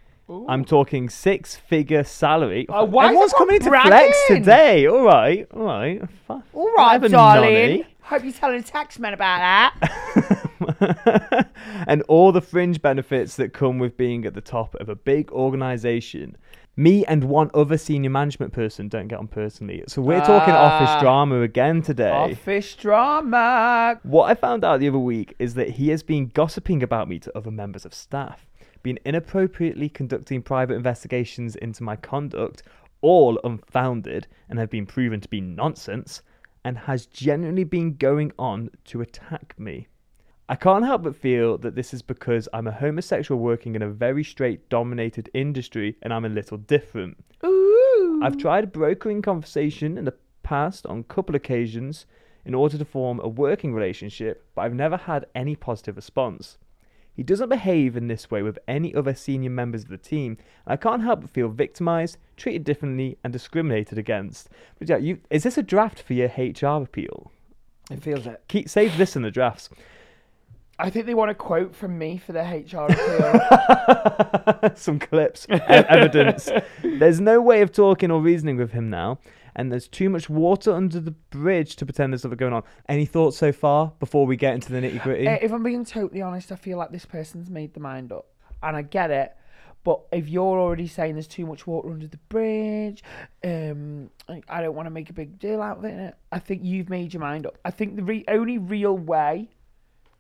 C: I'm talking six figure salary.
A: Uh, why is
C: Everyone's coming into
A: everyone
C: flex
A: bragging?
C: today. All right. All right. Fi-
A: All right,
C: whatever,
A: darling.
C: nonny.
A: Hope you're telling the taxman about that.
C: <laughs> and all the fringe benefits that come with being at the top of a big organization. Me and one other senior management person don't get on personally. So we're talking office
A: Ah.
C: drama again today.
A: Office drama.
C: What I found out the other week is that he has been gossiping about me to other members of staff, been inappropriately conducting private investigations into my conduct, all unfounded and have been proven to be nonsense, and has genuinely been going on to attack me. I can't help but feel that this is because I'm a homosexual working in a very straight dominated industry and I'm a little different. I've tried brokering conversation in the past on couple occasions in order to form a working relationship, but I've never had any positive response. He doesn't behave in this way with any other senior members of the team, and I can't help but feel victimized, treated differently, and discriminated against. But yeah, you, is this a draft for your HR appeal?
A: It feels it.
C: Keep save this in the drafts.
A: I think they want a quote from me for the HR
C: <laughs>
A: appeal.
C: some clips and
A: <laughs>
C: evidence. There's no way of talking or reasoning with him now, and there's too much water under the bridge to pretend there's something going on. Any thoughts so far before we get into the nitty gritty?
A: Eh, if I'm being totally honest, I feel like this person's made the mind up, and I get it. But if you're already saying there's too much water under the bridge, um, I- I don't want to make a big deal out of it. I think you've made your mind up. I think the re- only real way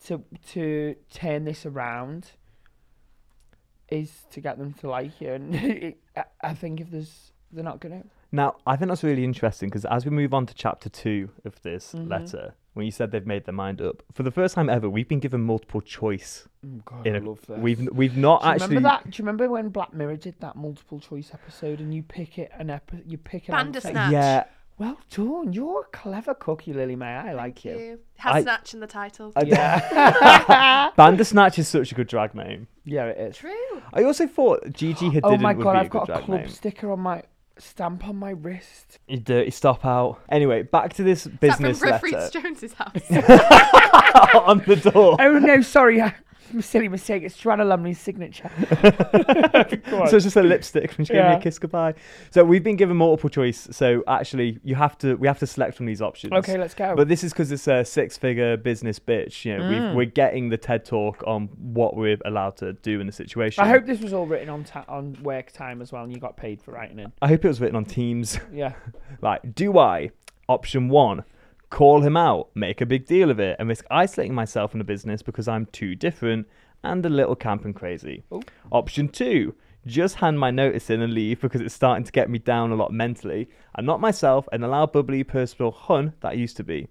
A: to to turn this around is to get them to like you, and <laughs> it, I, I think if there's they're not gonna.
C: now, I think that's really interesting because as we move on to chapter two of this
A: Mm-hmm.
C: letter, when you said they've made their mind up, for the first time ever, we've been given multiple choice.
A: Oh, God,
C: in a- We've we've not
A: Do you
C: actually.
A: remember that? Do you remember when Black Mirror did that multiple choice episode and you pick it and epi- you pick it?
B: Bandersnatch.
C: Yeah,
A: <laughs> Well done. You're a clever cookie, Lily May. I like
B: Thank
A: you.
B: you. Have
C: I-
B: snatch in the title.
A: Yeah.
C: Bandersnatch is such a good drag name.
A: yeah, it is.
B: True.
C: I also thought Gigi Hadidin
A: Oh my
C: would
A: god,
C: be a
A: I've
C: good
A: got a
C: drag
A: club
C: name.
A: sticker on my stamp on my wrist. <laughs>
C: You dirty stop out. Anyway, back to this
B: Is that from
C: business <laughs>
B: Ruth
C: letter
B: Jones's house?
C: <laughs> on the door.
A: Oh no, sorry. <laughs> I- silly mistake. It's Joanna Lumley's signature. Go on.
C: so it's just a lipstick from She Gave Me
A: Yeah.
C: a Kiss Goodbye. So we've been given multiple choice. So actually, you have to we have to select from these options.
A: Okay, let's go. Mm.
C: But this is because it's a six-figure business bitch. You know, we've, we're getting the TED talk on what we're allowed to do in the situation.
A: I hope this was all written on ta- on work time as well, and you got paid for writing it.
C: I hope it was written on Teams. <laughs>
A: Yeah.
C: Like, do I? Option one, call him out, make a big deal of it, and risk isolating myself from the business because I'm too different and a little camp and crazy. Option two, just hand my notice in and leave because it's starting to get me down a lot mentally. I'm not myself and allow bubbly personal hun that I used to be.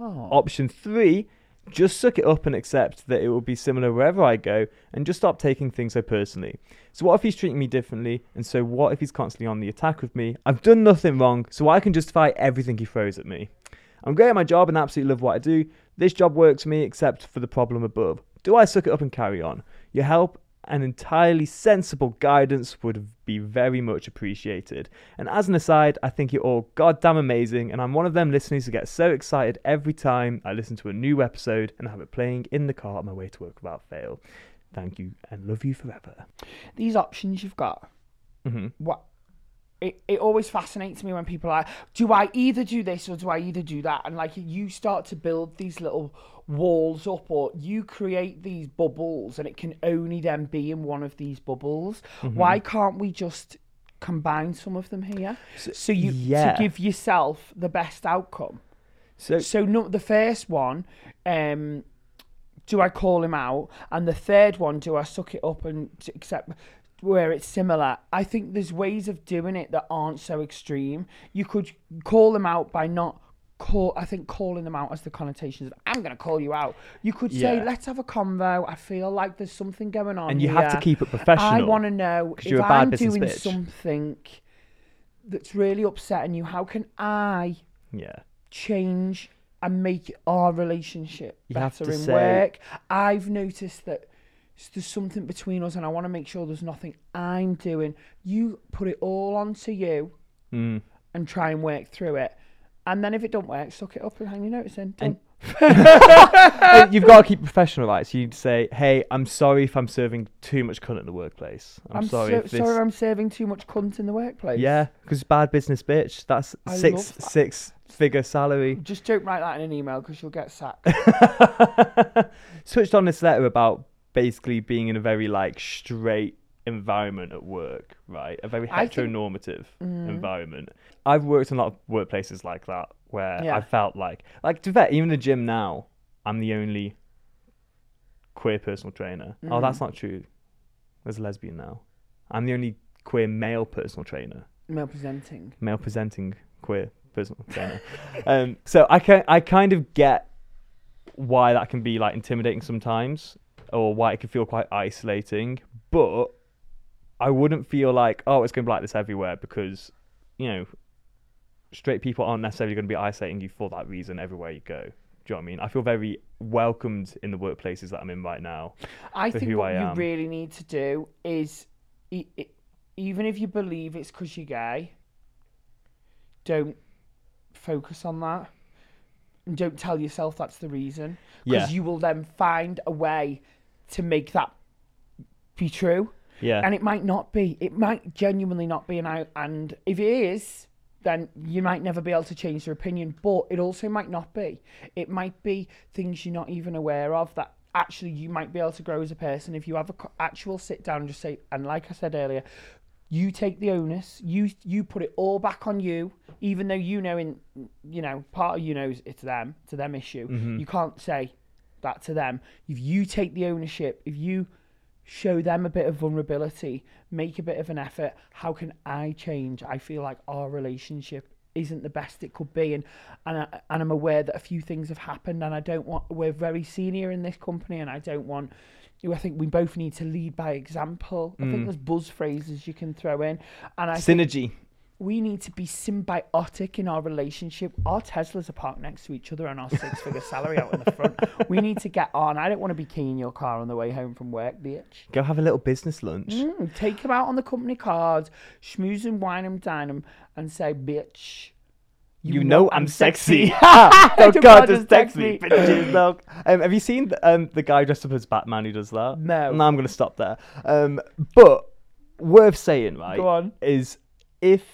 C: Option three, just suck it up and accept that it will be similar wherever I go and just stop taking things so personally. So, what if he's treating me differently? And so, what if he's constantly on the attack with me? I've done nothing wrong, so I can justify everything he throws at me. I'm great at my job and absolutely love what I do. This job works for me, except for the problem above. Do I suck it up and carry on? Your help and entirely sensible guidance would be very much appreciated. And as an aside, I think you're all goddamn amazing, and I'm one of them listeners who get so excited every time I listen to a new episode and have it playing in the car on my way to work without fail. Thank you and love you forever.
A: These options you've got.
C: Mhm.
A: What? It, it always fascinates me when people are do I either do this or do I either do that and like you start to build these little walls up or you create these bubbles and it can only then be in one of these bubbles
C: Mm-hmm.
A: why can't we just combine some of them here so, you
C: yeah.
A: to give yourself the best outcome
C: So,
A: so no, the first one, um, do I call him out? And the third one, do I suck it up and t- accept where it's similar? I think there's ways of doing it that aren't so extreme. You could call them out by not call. I think calling them out as the connotations. Of, I'm going to call you out. You could say,
C: Yeah.
A: let's have a convo. I feel like there's something going on,
C: And you have to
A: here.
C: keep it professional,
A: I want to know
C: 'cause
A: if
C: you're a bad
A: I'm
C: business
A: doing
C: bitch.
A: something that's really upsetting you. How can I?
C: yeah.
A: change and make our relationship
C: You have
A: better
C: to
A: in
C: say-
A: work. I've noticed that s- there's something between us, and I want to make sure there's nothing I'm doing. You put it all onto you
C: Mm.
A: and try and work through it. And then if it don't work, suck it up and hang your notice in. Done.
C: And- But you've got to keep professional, right? So you'd say, "Hey, I'm sorry if I'm serving too much cunt in the workplace. I'm,
A: I'm,
C: sorry
A: so,
C: if this."
A: sorry I'm serving too much cunt in the workplace.
C: Yeah, because bad business, bitch. That's
A: I
C: six
A: love that.
C: six figure salary.
A: Just don't write that in an email because you'll get sacked.
C: <laughs> Switched on this letter about basically being in a very like straight environment at work, right? A very
A: I think- Mm-hmm.
C: heteronormative environment. I've worked in a lot of workplaces like that where
A: Yeah.
C: I felt like, like to be fair, even the gym now, I'm the only queer personal trainer.
A: Mm-hmm.
C: Oh, that's not true. There's a lesbian now. I'm the only queer male personal trainer
A: Email presenting.
C: male presenting queer personal trainer. um, <laughs> so I can I kind of get why that can be like intimidating sometimes, or why it can feel quite isolating. But I wouldn't feel like oh it's going to be like this everywhere because you know straight people aren't necessarily going to be isolating you for that reason everywhere you go. Do you know what I mean? I feel very welcomed in the workplaces that I'm in right now.
A: I
C: for
A: think
C: who
A: what
C: I
A: you
C: am.
A: really need to do is, e- e- even if you believe it's because you're gay, don't focus on that. And don't tell yourself that's the reason.
C: Yeah.
A: Because you will then find a way to make that be true.
C: Yeah.
A: And it might not be. It might genuinely not be. And, I, and if it is, then you might never be able to change your opinion. But it also might not be. It might be things you're not even aware of that actually you might be able to grow as a person if you have an actual sit down and just say, and like I said earlier, you take the onus. You you put it all back on you, even though you know in you know part of you knows it's them, it's them issue. You can't say that to them. If you take the ownership, if you show them a bit of vulnerability, make a bit of an effort. How can I change? I feel like our relationship isn't the best it could be, and and, I, and I'm aware that a few things have happened, and I don't want. We're very senior in this company, and I don't want. I think we both need to lead by example. I think there's buzz phrases you can throw in, and I think
C: Synergy.
A: we need to be symbiotic in our relationship. Our Teslas are parked next to each other and our six figure salary out in the front. We need to get on. I don't want to be keying your car on the way home from work, bitch.
C: Go have a little business lunch.
A: Mm, take him out on the company card, schmooze and wine him, dine him, and say, bitch,
C: You know I'm sexy.
A: Don't
C: <laughs> oh
A: God,
C: God,
A: just
C: just
A: text
C: text
A: me. <laughs>
C: me. bitches, dog. Um, have you seen um, the guy dressed up as Batman who does that?
A: No.
C: No, I'm gonna stop there. Um, but worth saying, right?
A: Go on.
C: Is if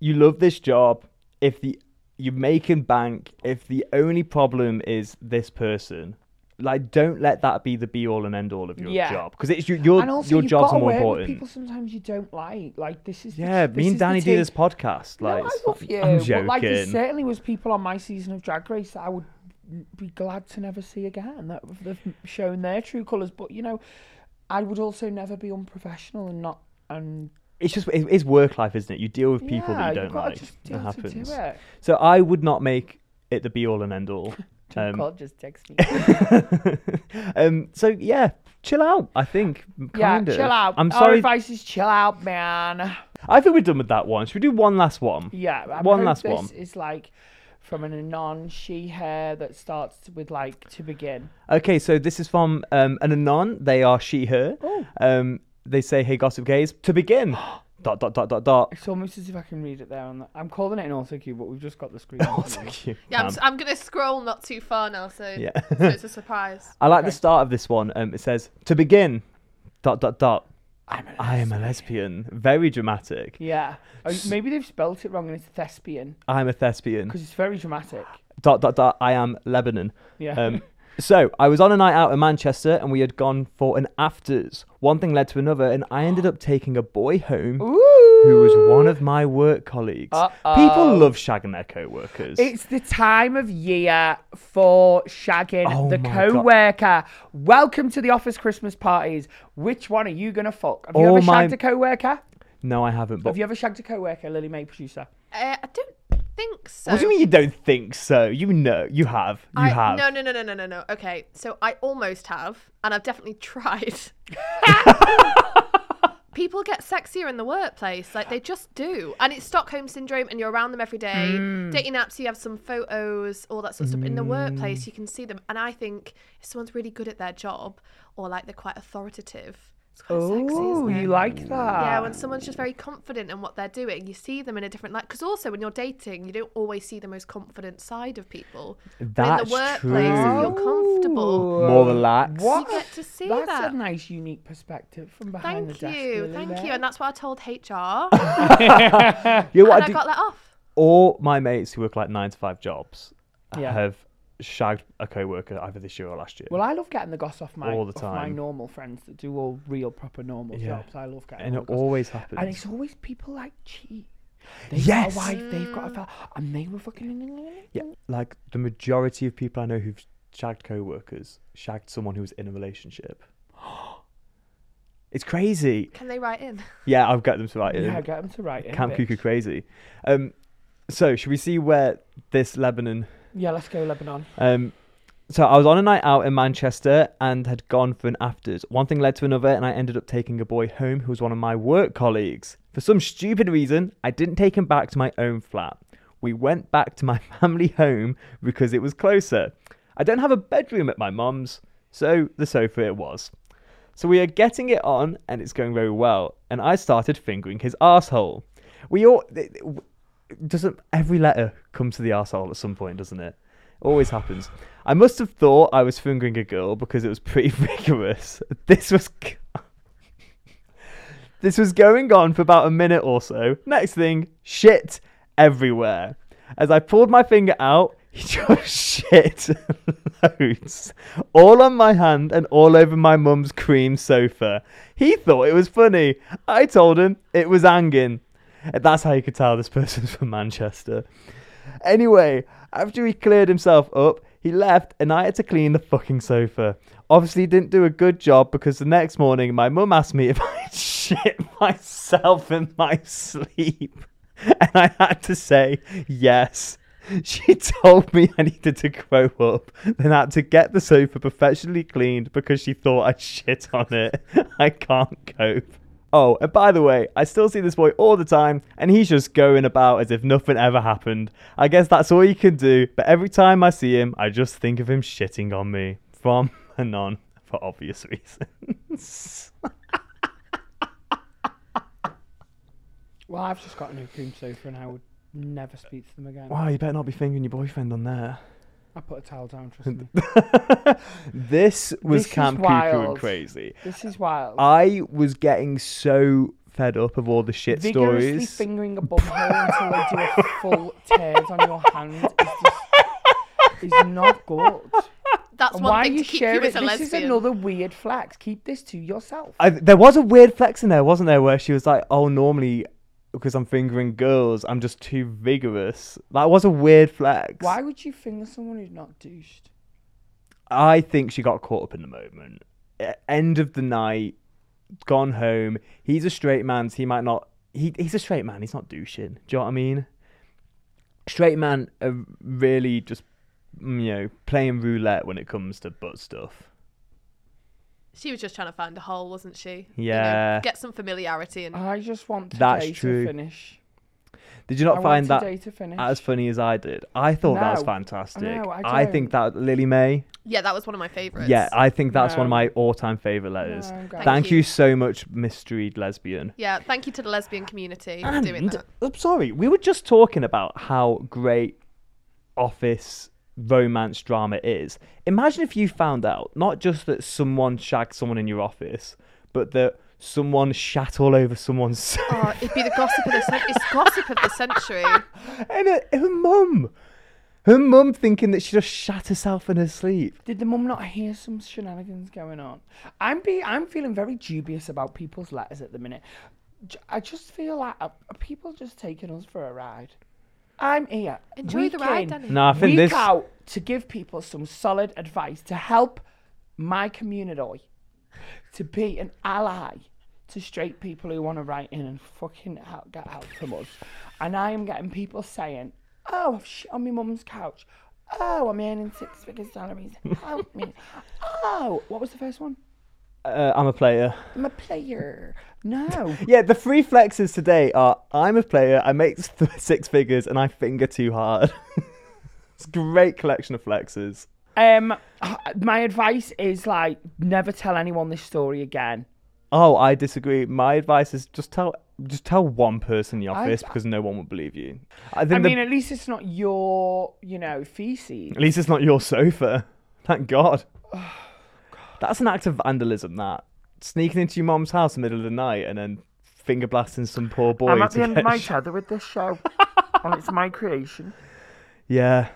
C: you love this job, if the you're making bank, if the only problem is this person, like don't let that be the be all and end all of your
A: Yeah.
C: job because it's your your,
A: and also
C: your
A: you've
C: jobs
A: got to
C: are more
A: work with
C: important.
A: People sometimes you don't like. Like this is. the-
C: Yeah,
A: this
C: me
A: is
C: and
A: the
C: Danny do
A: tea.
C: this podcast. Like,
A: no, I
C: it's
A: love
C: not-
A: you.
C: <laughs> I'm
A: But
C: joking.
A: like, there certainly was people on my season of Drag Race that I would be glad to never see again. That they've shown their true colours. But you know, I would also never be unprofessional and not. And
C: it's just it- it's work life, isn't it? You deal with people
A: Yeah,
C: that
A: you've
C: you don't
A: gotta
C: like.
A: just
C: It
A: deal to- to
C: happens.
A: it.
C: So I would not make it the be all and
A: <laughs>
C: end all.
A: God,
C: Um,
A: just
C: <laughs>
A: text me.
C: um, so yeah, chill out. I think m-
A: yeah,
C: kind of.
A: chill out. Oh,
C: I'm
A: Our
C: sorry. I...
A: advice is chill out, man.
C: think we're done with that one. Should we do one last one?
A: Yeah, I
C: one
A: hope
C: last
A: this
C: one.
A: is like from an anon she hair that starts with like to begin.
C: Okay, so this is from um, an anon. They are she her.
A: Oh.
C: Um, they say, "Hey, gossip gays,
A: <gasps>
C: to begin." dot dot dot dot dot.
A: It's almost as if I can read it there. On the, I'm calling it an auto cue, but we've just got the <laughs> screen. in front of me.
C: Thank you.
B: Yeah, I'm,
C: ma'am.
B: s am gonna scroll not too far now, so,
C: Yeah.
B: so it's a surprise.
C: I like the start of this one. Um, it says, "To begin, dot dot dot." I'm a lesbian. Very dramatic.
A: <laughs> Yeah. Oh, maybe they've spelt it wrong and it's thespian
C: I'm a thespian.
A: because it's very dramatic.
C: Dot dot dot. I am Lebanon.
A: Yeah. <laughs>
C: Um, so I was on a night out in Manchester, and we had gone for an afters. One thing led to another, and I ended up taking a boy home who was one of my work colleagues. People love shagging their co-workers.
A: It's the time of year for shagging
C: Oh
A: the
C: my God.
A: co-worker. Welcome to the office Christmas parties. Which one are you gonna fuck? Have you
C: Oh
A: ever
C: my-
A: shagged a co-worker?
C: no, I haven't. But
A: Have you ever shagged a co-worker, Lily May producer?
B: Uh, I don't think so.
C: what do you mean you don't think so? You know, you have, you
B: I,
C: have.
B: No, no, no, no, no, no, no. Okay, so I almost have, and I've definitely tried. People get sexier in the workplace, like they just do, and it's Stockholm syndrome, and you're around them every day. Dating apps, you have some photos, all that sort of stuff. In the workplace, you can see them, and I think if someone's really good at their job, or like they're quite authoritative, it's quite sexy.
A: Oh,
B: Isn't it?
A: you like that?
B: Yeah, when someone's just very confident in what they're doing, you see them in a different light. Because also, when you're dating, you don't always see the most confident side of people. but in
C: That's
B: the workplace,
C: true.
B: if you're comfortable,
C: More relaxed.
A: What?
B: get to see
A: That's
B: that.
A: a nice, unique perspective from behind
B: thank
A: the desk.
B: you,
A: Lily
B: thank
A: May.
B: you. And that's what I told
A: <laughs>
B: HR,
C: You know
B: and I
C: what I do-
B: got let off.
C: all my mates who work like nine to five jobs
A: Yeah.
C: have shagged a co-worker either this year or last year.
A: Well, I love getting the goss off my
C: All the
A: off my
C: time.
A: normal friends that do all real proper normal
C: Yeah.
A: jobs. I love getting
C: and
A: all
C: it
A: the goss.
C: always happens.
A: Oh, and it's always people like cheat. They've
C: Yes.
A: got a wife, they've got a fella, and they were fucking.
C: yeah, like the majority of people I know who've shagged co-workers shagged someone who was in a relationship. it's crazy.
B: Can they write in?
C: Yeah, I've got them to write it.
A: Yeah, get them to write it.
C: Camp
A: bitch.
C: Cuckoo Crazy. Um, so should we see where this Lebanon
A: Yeah, let's go Lebanon.
C: Um, so I was on a night out in Manchester and had gone for an afters. One thing led to another, and I ended up taking a boy home who was one of my work colleagues. For some stupid reason, I didn't take him back to my own flat. We went back to my <laughs> family home because it was closer. I don't have a bedroom at my mum's, so the sofa it was. So we are getting it on, and it's going very well. And I started fingering his asshole. We all th- th- w- doesn't every letter comes to the asshole at some point, doesn't it? Always happens. I must have thought I was fingering a girl because it was pretty <laughs> vigorous. This was. g- This was going on for about a minute or so. Next thing, shit everywhere. As I pulled my finger out, <laughs> he just shit loads. All on my hand and all over my mum's cream sofa. He thought it was funny. I told him it was hanging. That's how you could tell this person's from Manchester. Anyway, after he cleared himself up, he left and I had to clean the fucking sofa. Obviously, didn't do a good job because the next morning my mum asked me <laughs> if I'd shit myself in my <laughs> sleep. And I had to say yes. <laughs> She told me I needed to grow up, then had to get the sofa professionally cleaned because she thought I'd shit on it. <laughs> I can't cope. Oh, and by the way, I still see this boy all the time, and he's just going about as if nothing ever happened. I guess that's all you can do, but every time I see him, I just think of him shitting on me. From <laughs> Anon, for obvious <laughs> reasons.
A: Well, I've just got a new cream sofa, and I would never speak to them again.
C: Wow, you better not be fingering your boyfriend on there.
A: I put a towel down,
C: <laughs>
A: trust me.
C: this was
A: This is
C: Camp Cuckoo and
A: wild.
C: Crazy.
A: This is wild.
C: I was getting so fed up of all the shit
A: Vigorously
C: stories.
A: fingering a bumhole until they do a
B: <laughs>
A: full tears on your hand is just is not good.
B: <laughs> That's
A: And
B: one
A: why
B: thing
A: you
B: to keep
A: share
B: you
A: it?
B: as a
A: this
B: lesbian.
A: is another weird flex. Keep this to yourself.
C: I, there was a weird flex in there, wasn't there? Where she was like, "Oh, normally because I'm fingering girls, I'm just too vigorous." That was a weird flex.
A: Why would you finger someone who's not douched?
C: I think she got caught up in the moment. E- End of the night, gone home. He's a straight man, so he might not. He he's a straight man. He's not douching. Do you know what I mean? Straight man are really just mm, you know playing roulette when it comes to butt stuff.
B: She was just trying to find a hole, wasn't she? You know,
C: Yeah.
B: get some familiarity and
A: I just want today
C: That's
A: to
C: true.
A: finish.
C: Did you not
A: I
C: find
A: want
C: that
A: today to finish.
C: as funny as I did? I thought that was
A: No.
C: fantastic.
A: No, I
C: think
A: don't.
C: that Lily May.
B: yeah, that was one of my favorites.
C: Yeah, I think that's one of
A: No.
C: my all-time favorite letters.
A: I'm glad.
C: Thank,
B: Thank
C: you.
B: you.
C: so much, mystery lesbian.
B: yeah. Thank you to the lesbian community for
C: And
B: doing that.
C: I'm sorry, we were just talking about how great office romance drama is. Imagine if you found out not just that someone shagged someone in your office, but that someone shat all over someone's <laughs> sofa.
B: Oh, it'd be the gossip of the cen- it's gossip of the century.
C: and her, her mum. Her mum thinking that she just shat herself in her sleep.
A: Did the mum not hear some shenanigans going on? I'm be I'm feeling very dubious about people's letters at the minute. J- I just feel like uh, are are people just taking us for a ride. I'm here.
B: Enjoy
A: week
B: the ride,
A: in,
B: Danny.
C: No, I think
A: week
C: this-
A: out to give people some solid advice to help my community to be an ally to straight people who want to write in and fucking help, get help from us. And I am getting people saying, "Oh, I've shit on my mum's couch." Oh, I'm earning six figure salaries. Help me. Oh, what was the first one?
C: Uh, I'm a player.
A: I'm a player.
C: <laughs>
A: No.
C: Yeah, the free flexes today are I'm a player, I make <laughs> th- six figures, and I finger too hard. <laughs> it's a great collection of flexes.
A: Um, my advice is like never tell anyone this story again.
C: Oh, I disagree. My advice is just tell just tell one person in the office because no one will believe you. I
A: I
C: think the-
A: mean, at least it's not your, you know, feces.
C: at least it's not your sofa.
A: <sighs>
C: Thank God.
A: Oh,
C: That's an act of vandalism. That sneaking into your mom's house in the middle of the night and then finger blasting some poor boy.
A: I'm at
C: to
A: the end
C: get
A: of my
C: sh-
A: tether with this <laughs> show, and it's my creation.
C: Yeah.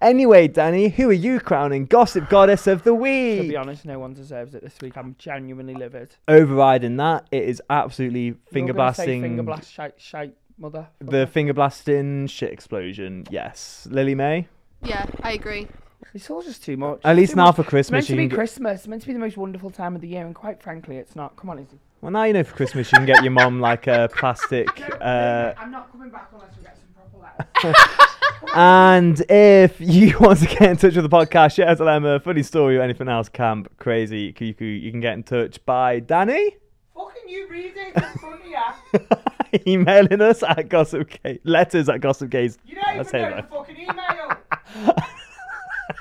C: Anyway, Danny, who are you crowning gossip goddess of the
A: To be
C: week?
A: honest, no one deserves it this week. I'm genuinely livid.
C: Overriding that, it is absolutely finger
A: You're gonna say
C: blasting.
A: finger blast, shite, shite, mother.
C: The finger blasting shit explosion. Yes, Lily May.
B: Yeah, I agree.
A: It's all just too much.
C: At
A: It's
C: least
A: too
C: now
A: much.
C: for
A: It's meant
C: Christmas,
A: to
C: you
A: be
C: can get,
A: Christmas. It's meant to be the most wonderful time of the year, and quite frankly, it's not. Come on, Izzy.
C: well now you know for Christmas you can get your mom like a
A: <laughs>
C: plastic. Uh,
A: I'm not coming back unless we get some proper <laughs> letters.
C: and if you <laughs> want to get in touch with the podcast, share a dilemma, funny story, or anything else, camp, crazy, cuckoo, you can get in touch by Danny. <laughs>
A: Fucking you read <laughs> it. It's funny, yeah.
C: Emailing us at gossip Ga- letters at gossip gaze.
A: You don't
C: That's
A: even know
C: hello.
A: the fucking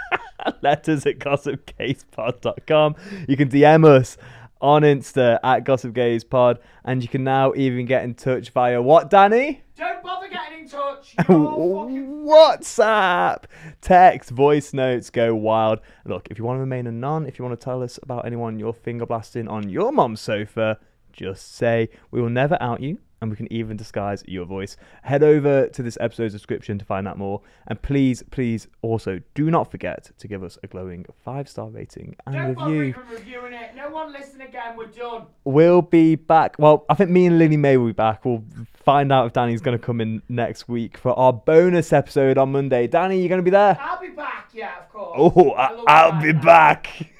A: <laughs> email.
C: letters at gossipgazepod.com. You can DM us on Insta at gossipgazepod, and you can now even get in touch via what, Danny?
A: don't bother getting in
C: <laughs>
A: touch. You're all fucking.
C: WhatsApp, text, voice notes go wild. Look, if you want to remain anon, if you want to tell us about anyone you're finger blasting on your mom's sofa, just say we will never out you, and we can even disguise your voice. Head over to this episode's description to find out more, and please, please also do not forget to give us a glowing five star rating and
A: Don't bother
C: review.
A: even reviewing it. No one listen again. We're done.
C: We'll be back. Well, I think me and Lily May will be back. We'll find out if Danny's going to come in next week for our bonus episode on Monday. Danny, you going to be there?
A: I'll be back. Yeah, of course.
C: Oh,
A: love
C: I-
A: you,
C: I'll
A: bye,
C: be
A: bye.
C: back.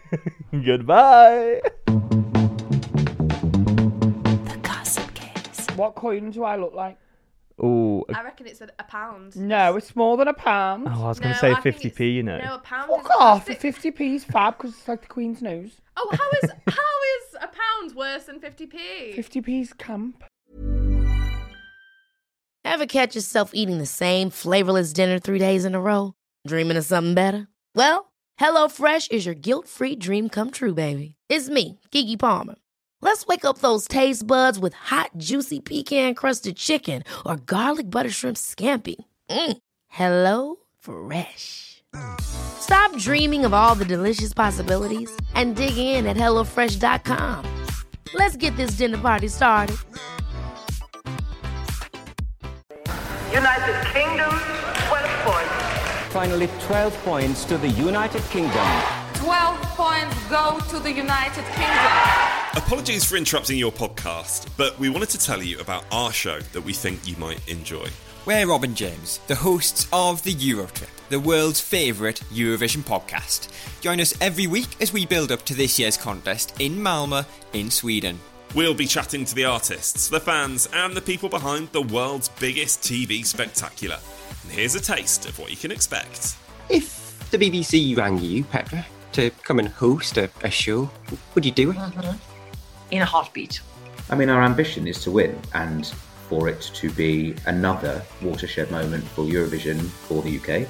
C: <laughs> Goodbye.
D: The Gossip Gaze.
A: What coin do I look like?
C: Ooh.
B: I reckon it's a, a pound.
A: No, it's more than a pound.
C: Oh, I was going
B: No,
C: to say
B: I think
C: 50p, you know.
B: it's- No, a pound. is
A: Fuck off. The
B: plastic.
A: 50p is fab because it's like the Queen's nose.
B: Oh, how is how is a pound worse than fifty p?
A: 50p is camp.
F: Ever catch yourself eating the same flavorless dinner three days in a row? Dreaming of something better? Well, HelloFresh is your guilt free dream come true, baby. It's me, Gigi Palmer. Let's wake up those taste buds with hot, juicy pecan crusted chicken or garlic butter shrimp scampi. Mm. Hello Fresh. Stop dreaming of all the delicious possibilities and dig in at HelloFresh.com. Let's get this dinner party started.
G: United Kingdom, 12 points.
H: Finally, 12 points to the United Kingdom.
I: 12 points go to the United Kingdom.
J: Apologies for interrupting your podcast, but we wanted to tell you about our show that we think you might enjoy.
K: We're Robin James, the hosts of the Eurotrip, the world's favourite Eurovision podcast. Join us every week as we build up to this year's contest in Malmö, in Sweden.
J: We'll be chatting to the artists, the fans, and the people behind the world's biggest TV spectacular. And here's a taste of what you can expect.
H: If the BBC rang you, Petra, to come and host a, a show, would you do it?
L: Mm-hmm. in a heartbeat.
M: I mean, our ambition is to win and for it to be another watershed moment for Eurovision for the UK.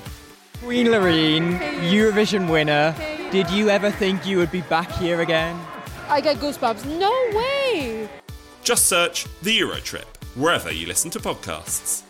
N: Queen Lorene, Eurovision winner. Did you ever think you would be back here again?
O: I get goosebumps. No way!
J: Just search The Euro Trip wherever you listen to podcasts.